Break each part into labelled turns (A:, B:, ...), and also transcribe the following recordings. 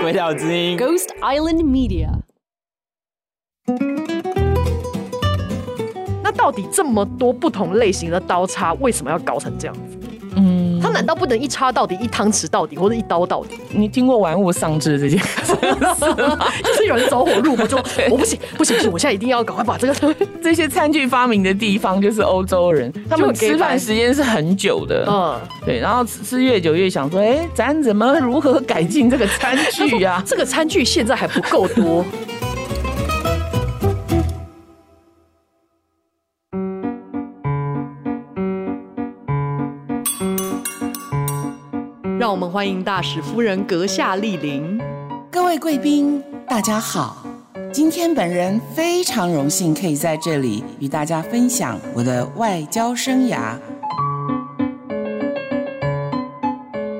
A: 鬼岛之音。
B: Ghost Island Media。
C: 那到底这么多不同类型的刀叉，为什么要搞成这样子？
D: 嗯，
C: 它难道不能一叉到底、一汤匙到底，或者一刀到底？
D: 你听过玩物丧志这件事吗？
C: 就是有人走火入魔，就我不行不行不行，我现在一定要赶快把这个。，
D: 这些餐具发明的地方就是欧洲人，他们吃饭时间是很久的
C: 嗯，
D: 对，然后吃吃越久越想说，哎，咱怎么如何改进这个餐具啊呀、
C: 这个餐具现在还不够多。
B: 让我们欢迎大使夫人阁下莅临。
E: 各位贵宾，大家好。今天本人非常荣幸可以在这里与大家分享我的外交生涯。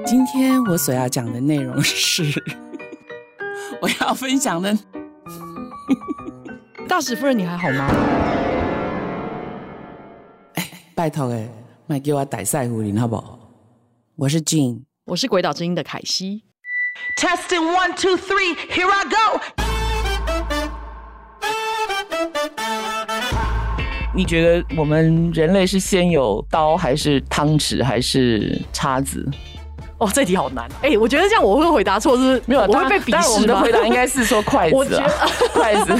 E: 今天我所要讲的内容是， 我要分享的
B: 大使夫人，你还好吗？
E: 拜托诶，卖给我逮赛胡林好不好？我是 Jean，
B: 我是鬼岛之音的凯西。
F: Testing one, two, three. Here I go.
D: 你觉得我们人类是先有刀，还是汤匙，还是叉子？
C: 哦，这题好难。哎、我觉得这样我会回答错，是不是？
D: 没有，
C: 我
D: 当
C: 会
D: 然
C: 被鄙
D: 当然我
C: 视
D: 们的
C: 吗？
D: 回答应该是说 筷
C: 我
D: 子
C: 觉
D: 啊， 筷子。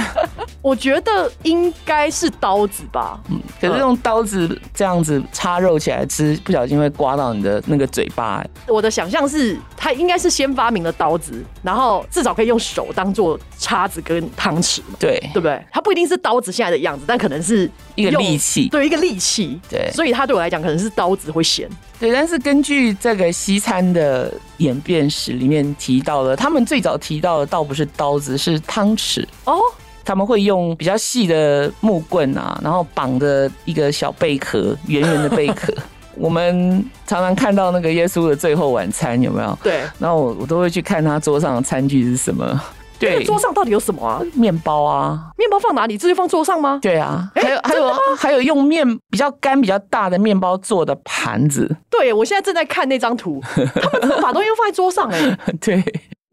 C: 我觉得应该是刀子吧。
D: 可是用刀子这样子插肉起来吃，不小心会刮到你的那个嘴巴、欸
C: 我的想象是，它应该是先发明了刀子，然后至少可以用手当做叉子跟汤匙嘛，
D: 对，
C: 对不对？它不一定是刀子现在的样子，但可能是
D: 一个
C: 用
D: 利器
C: 对一个利器。
D: 对
C: 所以它对我来讲可能是刀子会咸。
D: 对。但是根据这个西餐的演变史里面提到了，他们最早提到的倒不是刀子，是汤匙。
C: 哦，
D: 他们会用比较细的木棍啊，然后绑着一个小贝壳，圆圆的贝壳。我们常常看到那个耶稣的最后晚餐，有没有？
C: 对，
D: 然后我我都会去看他桌上的餐具是什么。
C: 那
D: 对
C: 个，桌上到底有什么啊？
D: 面包啊，
C: 面包放哪里？这就放桌上吗？
D: 对啊，
C: 诶
D: 还有还有还有用面比较干比较大的面包做的盘子，
C: 对，我现在正在看那张 图，他们怎么把东西放在桌上、哎，
D: 对。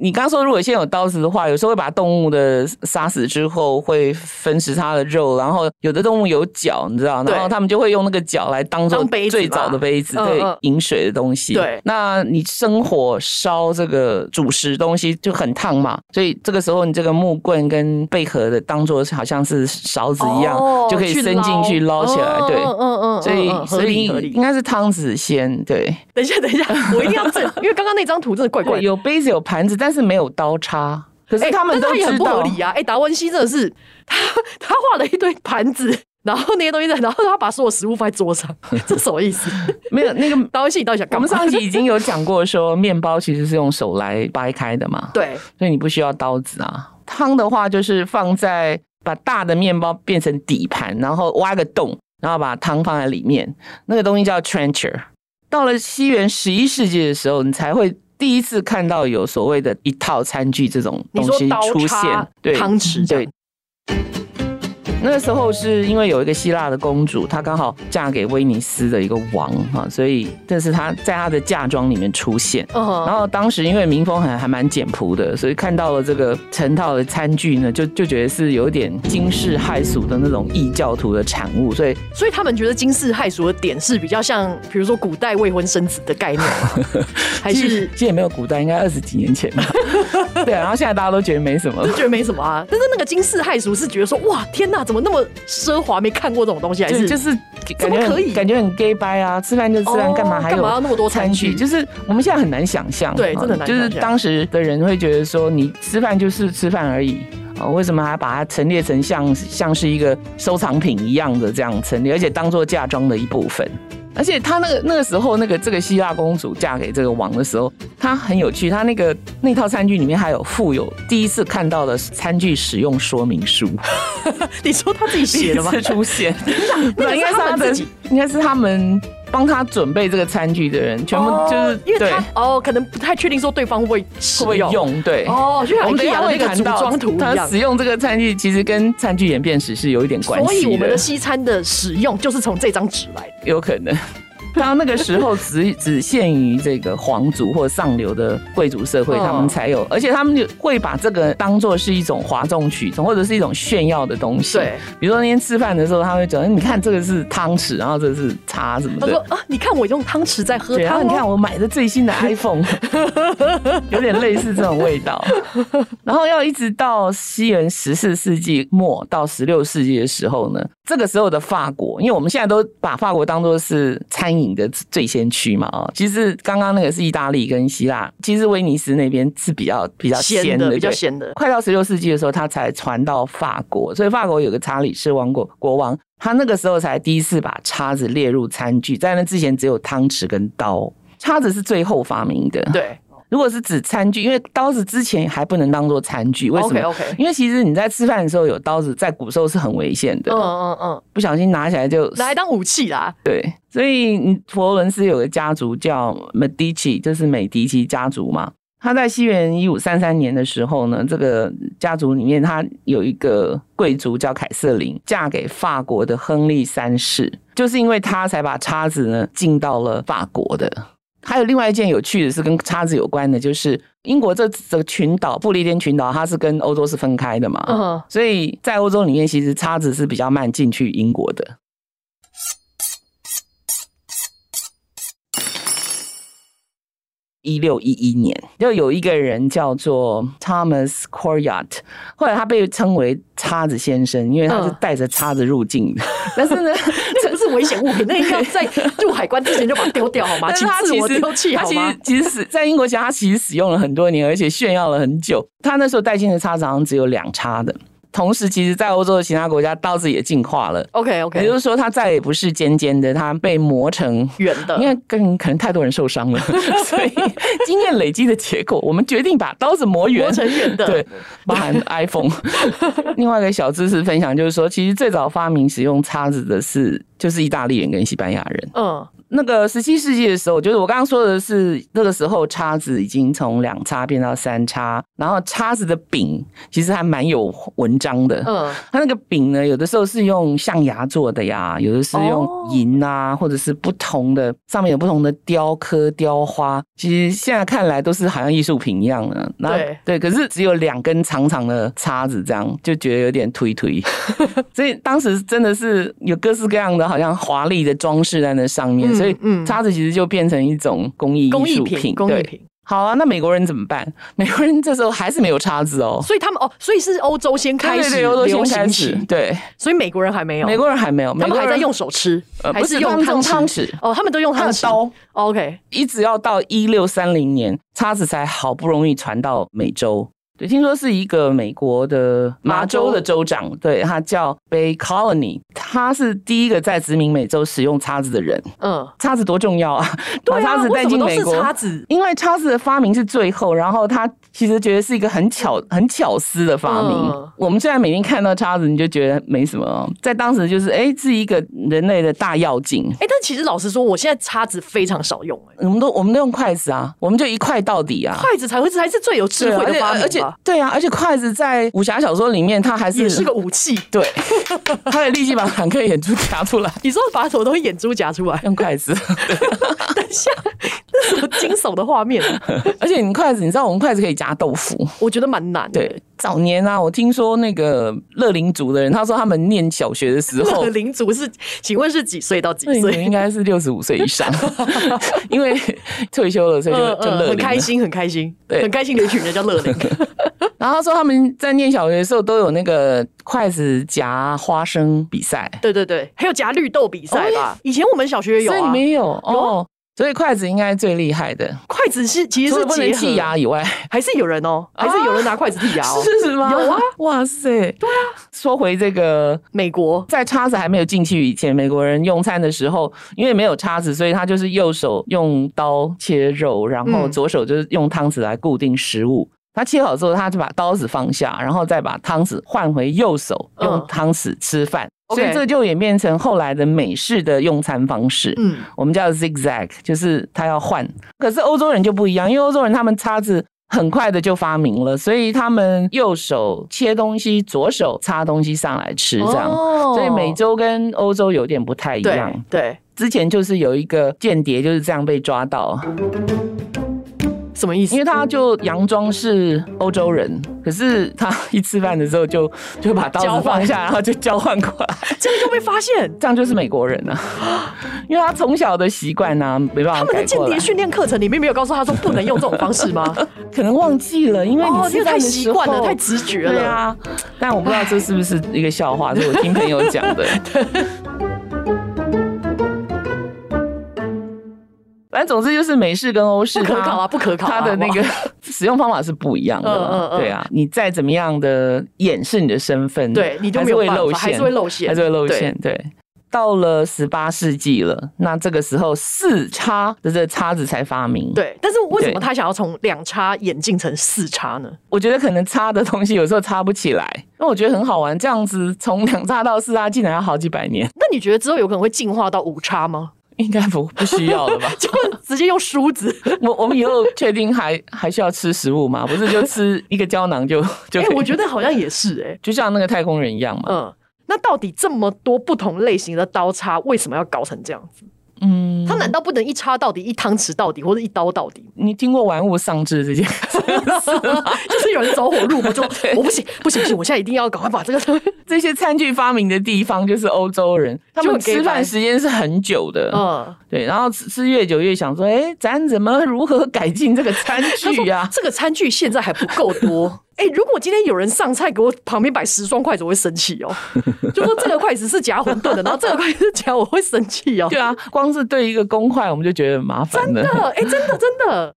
D: 你刚刚说，如果现在有刀子的话，有时候会把动物的杀死之后，会分食它的肉，然后有的动物有脚，你知道，
C: 对
D: 然后他们就会用那个脚来当做
C: 当杯子嘛
D: 最早的杯子，
C: 嗯
D: 对
C: 嗯，
D: 饮水的东西。
C: 对
D: 那你生火烧这个主食东西就很烫嘛，所以这个时候你这个木棍跟贝壳的当做好像是勺子一样，
C: 哦
D: 就可以伸进去捞起来，对。
C: 嗯嗯嗯，
D: 所以
C: 嗯嗯
D: 所
C: 合
D: 以
C: 理合
D: 应
C: 理。
D: 该是汤匙先对，
C: 等一下，等一下，我一定要正，因为刚刚那张图真的怪怪的。
D: 有杯子有盘子，但是没有刀叉。可是
C: 哎，
D: 他们
C: 但
D: 都
C: 也
D: 知
C: 很不
D: 道，
C: 合理啊！哎、达文西真的是 他他画了一堆盘子，然后那些东西在，然后他把所有食物放在桌上， 这什么意思？
D: 没有 那个。
C: 达文西，你到底想
D: 我
C: 干嘛？
D: 们上一集已经有讲过，说面包其实是用手来掰开的嘛，
C: 对
D: 所以你不需要刀子啊。汤的话就是放在把大的面包变成底盘，然后挖个洞，然后把汤放在里面，那个东西叫 trencher。到了西元十一世纪的时候，你才会第一次看到有所谓的一套餐具这种
C: 你
D: 东
C: 说
D: 西
C: 刀
D: 出现
C: 叉，汤匙这
D: 对
C: 样，。
D: 那个时候是因为有一个希腊的公主，她刚好嫁给威尼斯的一个王哈，所以但是她在她的嫁妆里面出现。
C: 嗯，
D: 然后当时因为民风还还蛮简朴的，所以看到了这个成套的餐具呢，就就觉得是有点惊世骇俗的那种异教徒的产物，所以
C: 所以他们觉得惊世骇俗的点是比较像，比如说古代未婚生子的概念吗， 还
D: 其实
C: 是
D: 其实也没有古代，应该二十几年前 吧。对啊，然后现在大家都觉得没什么。
C: 觉得没什么啊？但是那个惊世骇俗是觉得说，哇，天哪，怎么那么奢华？没看过这种东西，还
D: 就是就是感
C: 怎么
D: 觉
C: 可以
D: 很感觉很 gay 掰啊，吃饭就吃饭，
C: 哦
D: 干嘛还有
C: 干嘛要那么多餐
D: 餐具？
C: 具
D: 就是我们现在很难想象，
C: 对
D: 啊
C: 真的很难
D: 就是
C: 想象
D: 当时的人会觉得说，你吃饭就是吃饭而已。哦，为什么还把它陈列成像像是一个收藏品一样的这样陈列，而且当做嫁妆的一部分？而且她那个那个时候，那个这个希腊公主嫁给这个王的时候，她很有趣，她那个那套餐具里面还有附有第一次看到的餐具使用说明书。
C: 你说他自己写的吗？
D: 第一次出现，
C: 那个是
D: 应该是
C: 他
D: 他
C: 们自
D: 们
C: 己，
D: 应该是他们帮他准备这个餐具的人，全部
C: 哦
D: 就是
C: 因为
D: 对
C: 他哦，可能不太确定说对方会不会使
D: 会不会用对。
C: 哦，就像
D: 我们等一
C: IKEA
D: 下
C: 的
D: 会
C: 那个
D: 谈
C: 组
D: 到
C: 装图一
D: 他
C: 样。
D: 使用这个餐具，其实跟餐具演变史是有一点关
C: 所以
D: 系
C: 我们
D: 的
C: 的，西餐的使用就是从这张纸来的。
D: 有可能。当那个时候只只限于这个皇族或上流的贵族社会，
C: 哦
D: 他们才有，而且他们就会把这个当做是一种哗众取宠，或者是一种炫耀的东西。
C: 对，
D: 比如说那天吃饭的时候，他会讲：“哎你看这个是汤匙，然后这是叉什么
C: 他说
D: 的。”
C: 啊，你看我用汤匙在喝
D: 对，然
C: 汤、
D: 后
C: 哦，
D: 啊你看我买的最新的 iPhone，有点类似这种味道。然后要一直到西元十四世纪末到十六世纪的时候呢，这个时候的法国，因为我们现在都把法国当做是餐饮的最先驱嘛啊、哦，其实刚刚那个是意大利跟希腊，其实威尼斯那边是比较比较
C: 咸
D: 鲜
C: 的
D: 的，
C: 比较
D: 对
C: 咸的
D: 快到十六世纪的时候，它才传到法国，所以法国有个查理士王国国王，他那个时候才第一次把叉子列入餐具，在那之前只有汤匙跟刀。叉子是最后发明的，。
C: 对
D: 如果是指餐具，因为刀子之前还不能当做餐具，为什么
C: OK，OK
D: 因为其实你在吃饭的时候有刀子，在古时候是很危险的，
C: 嗯嗯嗯，
D: 不小心拿起来就
C: 拿来当武器啦，
D: 对，所以你佛罗伦斯有个家族叫 Medici，就是美第奇家族嘛。他在西元一五三三年的时候呢，这个家族里面他有一个贵族叫凯瑟琳，嫁给法国的亨利三世，就是因为他才把叉子呢进到了法国的。还有另外一件有趣的是跟叉子有关的，就是英国这这个群岛不列颠群岛，它是跟欧洲是分开的嘛，
C: 嗯，
D: 所以在欧洲里面，其实叉子是比较慢进去英国的。一六一一年，就有一个人叫做 Thomas Coryat，后来他被称为叉子先生，因为他是
C: 嗯
D: 带着叉子入境的。但是呢，
C: 这不是危险物品，那应该在入海关之前就把它丢掉好吗？
D: 但是
C: 请
D: 他
C: 啊自
D: 其
C: 我
D: 实
C: 丢弃
D: 他
C: 好
D: 其
C: 吗
D: 实？其实使在英国家，他其实使用了很多年，而且炫耀了很久。他那时候带进的叉子好像只有两叉的。同时，其实，在欧洲的其他国家，刀子也进化了。
C: OK
D: 也
C: OK，
D: 就是说，它再也不是尖尖的，它被磨成。
C: 远的
D: 因，为更可能太多人受伤了， 所以经验累积的结果，我们决定把刀子磨圆，
C: 磨成圆的
D: 对，包 含 iPhone。另外一个小知识分享就是说，其实最早发明使用叉子的是就是意大利人跟西班牙人。
C: 嗯，
D: 那个十七世纪的时候，就是我刚刚说的是，那个时候叉子已经从两叉变到三叉，然后叉子的柄其实还蛮有文章的，
C: 嗯
D: 它那个饼呢，有的时候是用象牙做的呀，有的是
C: 哦
D: 用银啊，或者是不同的，上面有不同的雕刻、雕花。其实现在看来都是好像艺术品一样的。那
C: 对
D: 对，可是只有两根长长的叉子，这样就觉得有点推 推。所以当时真的是有各式各样的，好像华丽的装饰在那上面，
C: 嗯
D: 所以
C: 嗯
D: 叉子其实就变成一种工艺
C: 工
D: 艺
C: 艺
D: 术
C: 品，
D: 品。
C: 工艺
D: 对。
C: 品。
D: 好啊，那美国人怎么办？ 美国人这时候还是没有叉子哦。
C: 所以他们哦，所以是欧洲先开
D: 对
C: 始
D: 对对欧洲
C: 流
D: 先开
C: 行
D: 始
C: 起，
D: 对。
C: 所以美国人还没有，
D: 美国人还没有，美
C: 他
D: 国
C: 们
D: 人
C: 还在用手吃，
D: 呃
C: 还
D: 不是
C: 用
D: 他们用汤
C: 匙
D: 匙？
C: 哦，他们都用
D: 还
C: 汤
D: 有
C: 匙。
D: 刀，
C: OK，
D: 一直要到一六三零年，叉子才好不容易传到美洲。对，听说是一个美国的麻州的州长，对他叫 Bay Colony，他是第一个在殖民美洲使用叉子的人。
C: 嗯，
D: 叉子多重要啊！把
C: 对啊
D: 叉子带进美
C: 为什么都
D: 国
C: 是，叉子
D: 因为叉子的发明是最后，然后他其实觉得是一个很巧、很巧思的发明。
C: 嗯
D: 我们现在每天看到叉子，你就觉得没什么哦，在当时就是哎，是一个人类的大药剂。
C: 哎，但其实老实说，我现在叉子非常少用，哎，
D: 我们都我们都用筷子啊，我们就一块到底啊。
C: 筷子才会 才是最有智
D: 对啊
C: 慧的发明
D: 而且而且
C: 吧，
D: 对啊，而且筷子在武侠小说里面，它还是
C: 也是个武器。
D: 对，他的力气把坦克眼珠夹出来，
C: 你说把什么东西眼珠夹出 来？
D: 用筷子。
C: 等一 下，那什么惊悚的画面啊，
D: 而且你筷子，你知道我们筷子可以夹豆腐，
C: 我觉得蛮难的。
D: 对，早年啊，我听说那个乐龄族的人，他说他们念小学的时候
C: 乐，龄族是，请问是几岁到几
D: 乐龄族
C: 岁
D: 应？该是六十五岁以 上，因为退休了，所以就就乐龄了
C: 嗯很开心，很开心，
D: 对
C: 很开心的一群人叫乐 龄。
D: 然后他说他们在念小学的时候都有那个筷子夹花生比赛，
C: 对对对，还有夹绿豆比赛吧？以前我们小学有
D: 哦所以
C: 啊
D: 你，们也有哦。所以筷子应该最厉害的，
C: 筷子是其
D: 啊
C: 实
D: 除
C: 是
D: 了不能
C: 结合
D: 剔牙以外，
C: 还是有人哦，还是有人拿筷子剔牙哦。
D: 是吗？
C: 有啊，
D: 哇塞，对啊。说回这个
C: 美国
D: 在叉子还没有进去以前，美国人用餐的时候，因为没有叉子，所以他就是右手用刀切肉，然后
C: 嗯
D: 左手就是用汤匙来固定食物。他切好之后，他就把刀子放下，然后再把汤匙换回右手，
C: 嗯
D: 用汤匙吃饭。
C: OK
D: 所以这就演变成后来的美式的用餐方式。
C: 嗯，
D: 我们叫 zigzag，就是他要换。可是欧洲人就不一样，因为欧洲人他们叉子。很快的就发明了，所以他们右手切东西，左手插东西上来吃，这样。
C: 哦
D: 所以美洲跟欧洲有点不太一样。
C: 对对，
D: 之前就是有一个间谍就是这样被抓到，
C: 什么意思
D: 因？为他就佯装是欧洲人，可是他一吃饭的时候就就把刀
C: 交
D: 子
C: 换
D: 放下，然后就交换过来，
C: 这样就被发现。
D: 这样就是美国人啊， 因为他从小的习惯啊，没办
C: 他
D: 法
C: 们的
D: 改
C: 间
D: 过来
C: 谍，训练课程里面没有告诉他说不能用这种 方式吗？
D: 可能忘记了，因为
C: 哦
D: 你，吃
C: 这个
D: 饭
C: 太
D: 的
C: 习
D: 时
C: 惯了，
D: 候
C: 太直觉了。
D: 对啊，但我不知道这是不是一个笑话，是我听朋友讲 的。反正总之就是美式跟欧式，
C: 不可考啊
D: 它
C: 不可考啊
D: 它的那个 使用方法是不一样的嘛。
C: 嗯嗯嗯
D: 对啊，你再怎么样的掩饰你的身份，
C: 对你就
D: 还是
C: 没有
D: 会
C: 办
D: 露
C: 法，
D: 馅，
C: 还是会露馅，
D: 还是会露馅。对，到了十八世纪了，那这个时候四叉的这个叉子才发明。
C: 对。对，但是为什么
D: 对
C: 他想要从两叉演进成四叉呢？
D: 我觉得可能插的东西有时候插不起来， 那我觉得很好玩。这样子从两插到四插，竟然要好几百年，
C: 那你觉得之后有可能会进化到五叉吗？ ？
D: 应该不 不需要了吧
C: 就直接用梳 子？
D: 我我们以后确定还还需要吃食物吗？不是就吃一个胶囊就 就
C: 哎、
D: 可以？
C: 我觉得好像也是哎、
D: 就像那个太空人一样嘛。
C: 嗯。那到底这么多不同类型的刀叉，为什么要搞成这样子？
D: 嗯，
C: 它难道不能一叉到底、一汤匙到底，或者一刀到底吗？
D: 你听过玩物丧志这件事？
C: 就是有人走火入魔， 就我不行不行不行，我现在一定要赶快把这个 东西，
D: 这些餐具发明的地方就是欧洲人，他
C: 就
D: 们
C: 很 gay
D: 吃
C: 掰
D: 饭时间是很久的。
C: 嗯，
D: 对，然后吃吃越久越想说，哎，咱怎么如何改进这个餐
C: 他说
D: 具啊呀、
C: 这个餐具现在还不够多。 哎、如果今天有人上菜给我旁边摆十双筷子，我会生气哦。就说这个筷子是夹馄饨的，然后这个筷子是夹，我会生气 哦。
D: 对啊，光是对一个公筷我们就觉得很麻烦了。
C: 真的，哎、真的真的。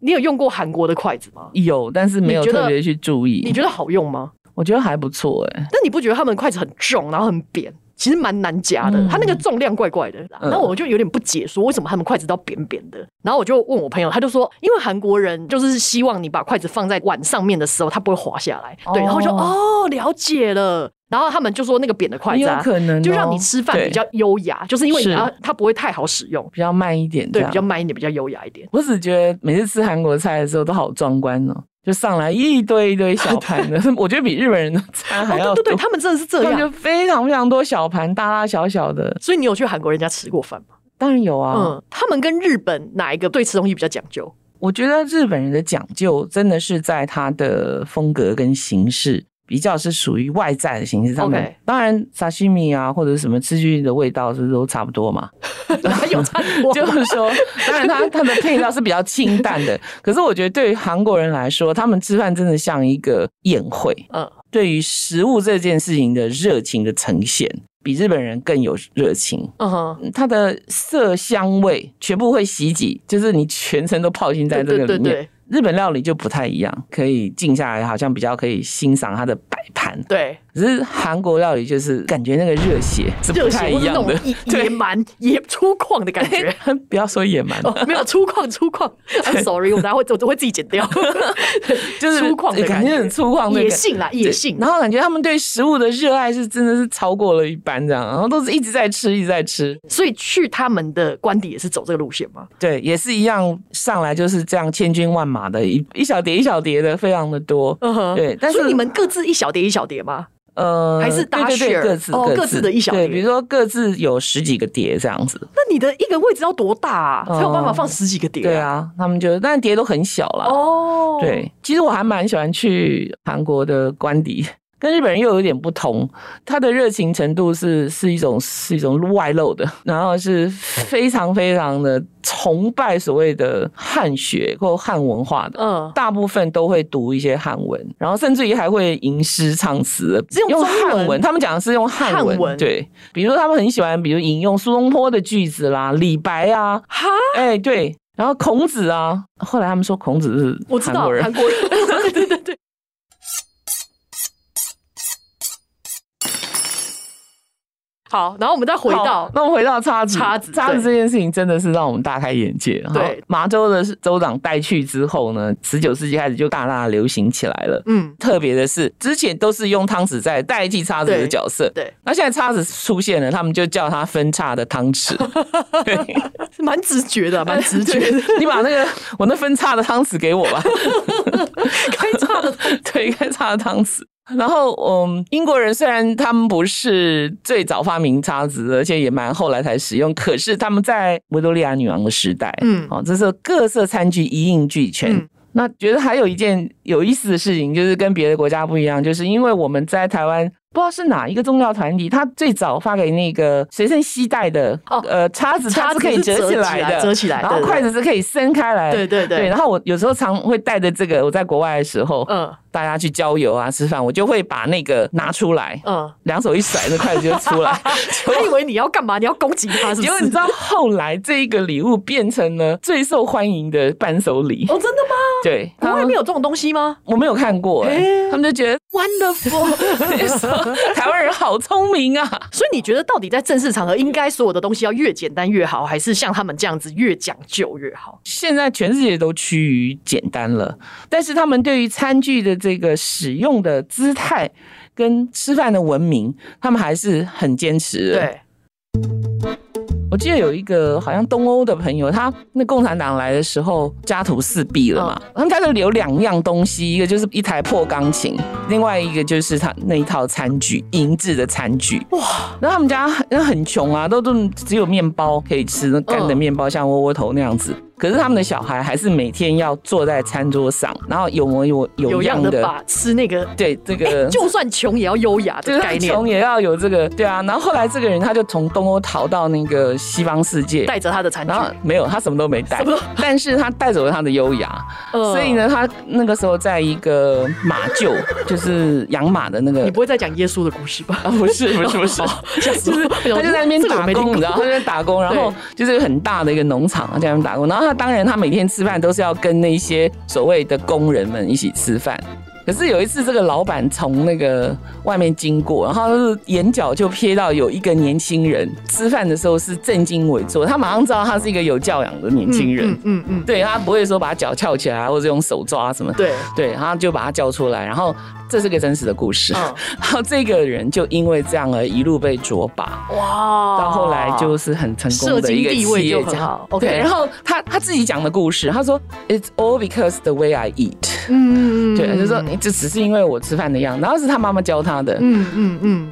C: 你有用过韩国的筷子吗？
D: 有，但是没有
C: 你觉得
D: 特别去注意。
C: 你觉得好用吗？
D: 我觉得还不错哎、
C: 但你不觉得他们筷子很重，然后很扁？其实蛮难夹的，
D: 嗯
C: 它那个重量怪怪的。
D: 嗯
C: 然后我就有点不解，说为什么他们筷子都要扁扁的。然后我就问我朋友，他就说，因为韩国人就是希望你把筷子放在碗上面的时候，它不会滑下来。对，
D: 哦
C: 然后我就哦了解了。然后他们就说那个扁的筷
D: 很
C: 子、
D: 有
C: 啊，
D: 可能、哦
C: 就让你吃饭比较优雅，就是因为你
D: 是
C: 要它不会太好使用，
D: 比较慢一点，
C: 对，比较。慢一点，比较优雅一点。
D: 我只觉得每次吃韩国菜的时候都好壮观哦，就上来一堆一堆小盘 的，我觉得比日本人的餐还要
C: 哦，
D: 多。
C: 对对对，他们真的是这
D: 他们
C: 样。
D: 就非常非常多小盘，大大小小的，
C: 所以你有去韩国人家吃过饭吗？
D: 当然有啊。
C: 嗯，他们跟日本哪一个对吃东西比较讲究？
D: 我觉得日本人的讲究真的是在他的风格跟形式。比较是属于外在的形式上面
C: OK
D: 当然沙西米啊或者什么吃进去的味道是不是都差不多嘛？
C: 哪有差 多？
D: 就是说，当然它它的配料是比较清淡 的，可是我觉得对于韩国人来说，他们吃饭真的像一个宴会，
C: 嗯，
D: 对于食物这件事情的热情的呈现，比日本人更有热情。
C: 嗯哼，
D: 嗯它的色香味全部会袭击，就是你全程都泡浸在这个里面。
C: 对对对
D: 日本料理就不太一样，可以静下来，好像比较可以欣赏它的摆盘。
C: 对，
D: 可是韩国料理就是感觉那个热血是
C: 热
D: 不
C: 血
D: 太
C: 或
D: 一
C: 是那
D: 样
C: 种
D: 的，
C: 野野蛮、野粗犷的感觉。
D: 不要说野蛮，
C: 哦，没有粗犷，粗犷。I'm sorry，我等下会我我会自己剪掉。
D: 就是哎
C: 粗犷的
D: 感
C: 感
D: 觉很
C: 觉，
D: 粗犷的感
C: 野性啦，野
D: 对
C: 性。
D: 然后感觉他们对食物的热爱是真的是超过了一般这样，然后都是一直在吃，一直在吃。
C: 所以去他们的官邸也是走这个路线吗？
D: 对，也是一样，上来就是这样千军万马的一一小碟一小碟的，非常的多。
C: 嗯哼
D: 对，但
C: 所
D: 是
C: 以你们各自一小碟一小碟吗？
D: 呃，
C: 还是大
D: 对对对
C: share？
D: 各自
C: 哦各自的一小碟
D: 对，比如说各自有十几个碟这样子。
C: 那你的一个位置要多大啊？
D: 嗯
C: 才有办法放十几个碟？
D: 对。啊，他们就但碟都很小啦。
C: 哦，
D: 对，其实我还蛮喜欢去韩国的官邸， 跟日本人又有点不同。他的热情程度是是一种是一种外露的， 然后是非常非常的崇拜所谓的汉学 或汉文化的。
C: 嗯，
D: 大部分都会读一些汉文，然后甚至于还会吟诗唱词，
C: 是用
D: 用
C: 中文
D: 汉文。他们讲的是用汉文，
C: 汉文
D: 对。比如他们很喜欢，比如引用苏东坡的句子啦、李白啊，
C: 哈，
D: 哎，对。然后孔子啊，后来他们说孔子是
C: 我知
D: 韩
C: 道
D: 国人
C: 韩，国 人，对对对对。好，然后我们再回到
D: 好那我们回到叉子，
C: 叉子
D: 叉子这
C: 对
D: 件事情真的是让我们大开眼界。
C: 对
D: 好，麻州的州长带去之后呢，十九世纪开始就大大流行起来了。
C: 嗯，
D: 特别的是，之前都是用汤匙在代替叉子的角色，
C: 对，
D: 那现在叉子出现了，他们就叫它分叉的汤 匙。 对
C: 是蛮直 觉的，蛮直觉的，
D: 你把那个我那分叉的汤匙给我吧，
C: 开叉大的
D: 对，一个叉的汤匙。然后，嗯，英国人虽然他们不是最早发明叉子，而且也蛮后来才使用，可是他们在维多利亚女王的时代，
C: 嗯
D: 哦，这时候各色餐具一应俱全。
C: 嗯
D: 那觉得还有一件有意思的事情，就是跟别的国家不一样，就是因为我们在台湾不知道是哪一个宗教团体，他最早发给那个随身携带的，
C: 哦
D: 呃，叉子，它
C: 叉
D: 是
C: 子
D: 可以
C: 是
D: 折
C: 折
D: 起
C: 起
D: 来
C: 来
D: 的，
C: 折起来
D: 然后
C: 对对
D: 筷子是可以伸开来，
C: 对对对
D: 对。然后我有时候常会带着这个，我在国外的时候，
C: 嗯
D: 大家去郊游啊、吃饭，我就会把那个拿出来，
C: 嗯，
D: 两手一甩，那筷子就出 来。
C: 我以为你要干嘛？你要攻击他是
D: 结
C: 不
D: 果你
C: 是
D: 知？道，后来这一个礼物变成了最受欢迎的伴手礼。
C: 哦，真的吗？
D: 对，
C: 国外没有这种东西吗？
D: 我没有看过、欸
C: 诶
D: 他们就 觉得 wonderful，就说台湾人好聪明啊。
C: 所以你觉得到底在正式场合，应该所有的东西要越简单越好，还是像他们这样子越讲究越好？
D: 现在全世界都趋于简单了，但是他们对于餐具的这个使用的姿态跟吃饭的文明，他们还是很坚持的。
C: 对，
D: 我记得有一个好像东欧的朋友，他那共产党来的时候家徒四壁了嘛，他们家就留两样东西，一个就是一台破钢琴，另外一个就是他那一套餐具，银制的餐具。哇！然后他们家那很穷啊，都都只有面包可以吃，那干的面包像窝窝头那样子。可是他们的小孩还是每天要坐在餐桌上，然后有模有有
C: 有样
D: 样
C: 的
D: 的，
C: 吧，吃那个，
D: 对这
C: 哎、
D: 个。
C: 就算穷也要优雅
D: 就
C: 的
D: 是
C: 概
D: 他
C: 念，
D: 穷也要有这个，对啊。然后后来这个人他就从东欧逃到那个西方世界，
C: 带着他的餐具
D: 然，后没有，他什么都没带
C: 什么都，
D: 但是他带走了他的优雅，
C: 嗯
D: 所以，呢，他那个时候在一个马厩，就是养马的那个
C: 你，不会再 讲耶稣的故事吧？哦
D: 啊，不是不是不 是，
C: 吓 死我！
D: 他
C: 他
D: 就在那边打工，你知道，他
C: 吗？
D: 就在打工，然后就是有很大的一个农场，他在那边打工，然后他当然他每天吃饭都是要跟那些所谓的工人们一起吃饭。可是有一次，这个老板从那个外面经过，然后他就是眼角就瞥到有一个年轻人吃饭的时候是正襟危坐，他马上知道他是一个有教养的年轻人，
C: 嗯嗯嗯，
D: 对他不会说把脚翘起来啊，或者用手抓什么。
C: 对，
D: 对，然后就把他叫出来，然后这是个真实的故事。
C: 嗯
D: 然后 这个人就因为这样而一路被卓拔，
C: 哇，
D: 到后来就是很成功的一个
C: 哦社经地位
D: 企业
C: 就很
D: 家
C: 好。，OK
D: 对然后他他自己讲的故事，他说 "It's all because the way I eat"，、
C: 嗯，嗯
D: 对，就说你这只是因为我吃饭的样子，然后是他妈妈教他的。
C: 嗯嗯嗯，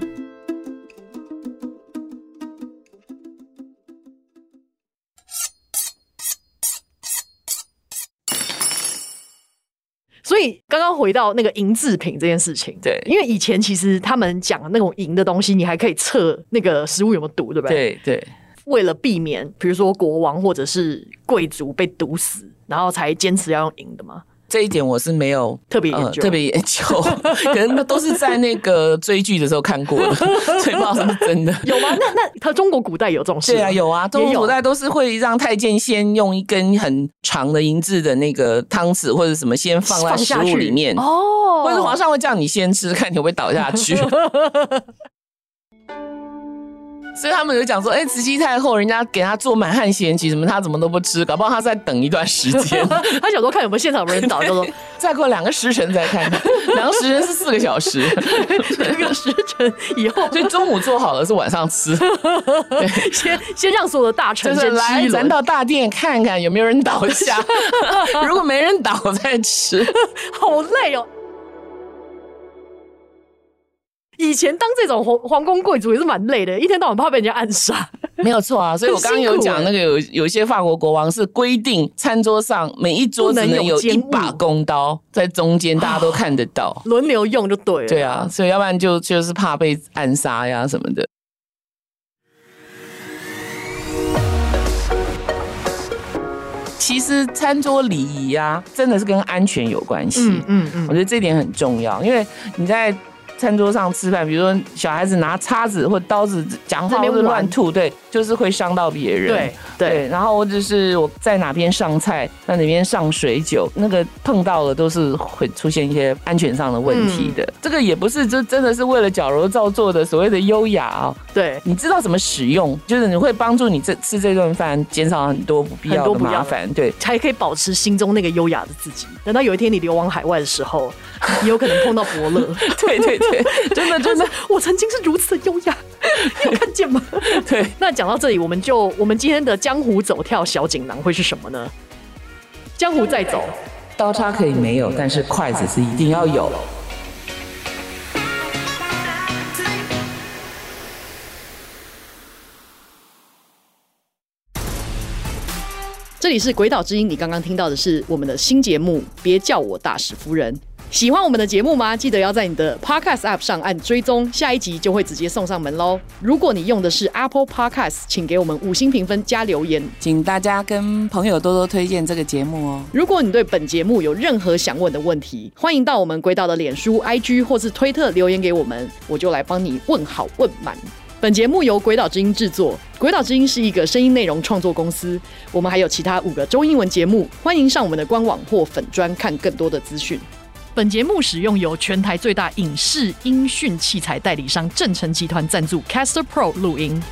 C: 所以刚刚回到那个银制品这件事情，
D: 对
C: 因为以前其实他们讲的那种银的东西，你还可以测那个食物有没有毒，对不对？
D: 对对，
C: 为了避免，比如说国王或者是贵族被毒死，然后才坚持要用银的嘛。
D: 这一点我是没有呃
C: 特别研究
D: 特别研究， 可能都是在那个追剧的时候看过的，所以不知道是不是真的。
C: 有吗？那那 他中国古代有这种事吗？
D: 对啊，有啊，中
C: 也
D: 国
C: 有
D: 古代都是会让太监先用一根很长的银质的那个汤匙或者什么，先放在
C: 放
D: 食
C: 下
D: 物
C: 去
D: 里面，
C: 哦，
D: 或者皇上会叫你先吃，看你会不会倒下去。 所以他们有讲说，哎、慈禧太后人家给她做满汉咸鸡什么，她怎么都不吃，搞不好她在等一段时间，
C: 他想说看有没有现场有人倒，就说
D: 再过两个时辰再看，两个时辰是四个小时，
C: 这个时辰以 后
D: 所以中午做好了是晚上吃，
C: 先先让所有的大
D: 就
C: 臣
D: 是
C: 先吃
D: 来
C: 一
D: 咱
C: 轮，
D: 到大殿看看有没有人倒下， 如果没人倒再吃。
C: 好累哦。以前当这种皇皇宫贵族也是蛮累的，一天到晚怕被人家暗杀。
D: 没有错啊，所以我刚刚有讲
C: 很
D: 那
C: 辛苦欸。
D: 个有有一些法国国王是规定餐桌上每一桌只能有一把弓刀在中间，大家都看得到
C: 轮流用就对了。
D: 对啊，所以要不然就就是怕被暗杀呀什么的。其实餐桌礼仪啊，真的是跟安全有关系。
C: 嗯嗯嗯
D: 我觉得这点很重要，因为你在餐桌上吃饭，比如说小孩子拿叉子或刀子讲话
C: 在
D: 或
C: 那边
D: 者乱
C: 玩
D: 吐，对，就是会伤到别人。
C: 对对，
D: 然后或者是我在哪边上菜，在哪边上水酒，那个碰到了都是会出现一些安全上的问
C: 嗯
D: 题的。这个也不是就真的是为了矫揉造作的所谓的优雅啊、
C: 对
D: 你知道怎么使用，就是你会帮助你这吃这顿饭减少很多不必要
C: 很多
D: 的
C: 不要
D: 麻烦。对，
C: 才可以保持心中那个优雅的自己。等到有一天你流亡海外的 时候，也有可能碰到伯乐。
D: 对对对，真的
C: 但
D: 真
C: 是
D: 的
C: 我曾经是如此的优雅，你有看见吗？
D: 对。
C: 那讲到这里，我们就我们今天的江湖走跳小锦囊会是什么呢？江湖再走，
D: 刀叉可以没有，但是筷子是一定要有。
C: 这里是《鬼岛之音》，你刚刚听到的是我们的新节目《别叫我大使夫人》。喜欢我们的节目吗？记得要在你的 Podcast App 上按追踪，下一集就会直接送上门喽。如果你用的是 Apple Podcast，请给我们五星评分加留言。
D: 请大家跟朋友多多推荐这个节目哦。
C: 如果你对本节目有任何想问的问题，欢迎到我们鬼岛的脸书、IG 或是推特留言给我们，我就来帮你问好问满。本节目由鬼岛之音制作，鬼岛之音是一个声音内容创作公司。我们还有其他五个中英文节目，欢迎上我们的官网或粉专看更多的资讯。本节目使用由全台最大影视音讯器材代理商正成集团赞助 Caster Pro 录音。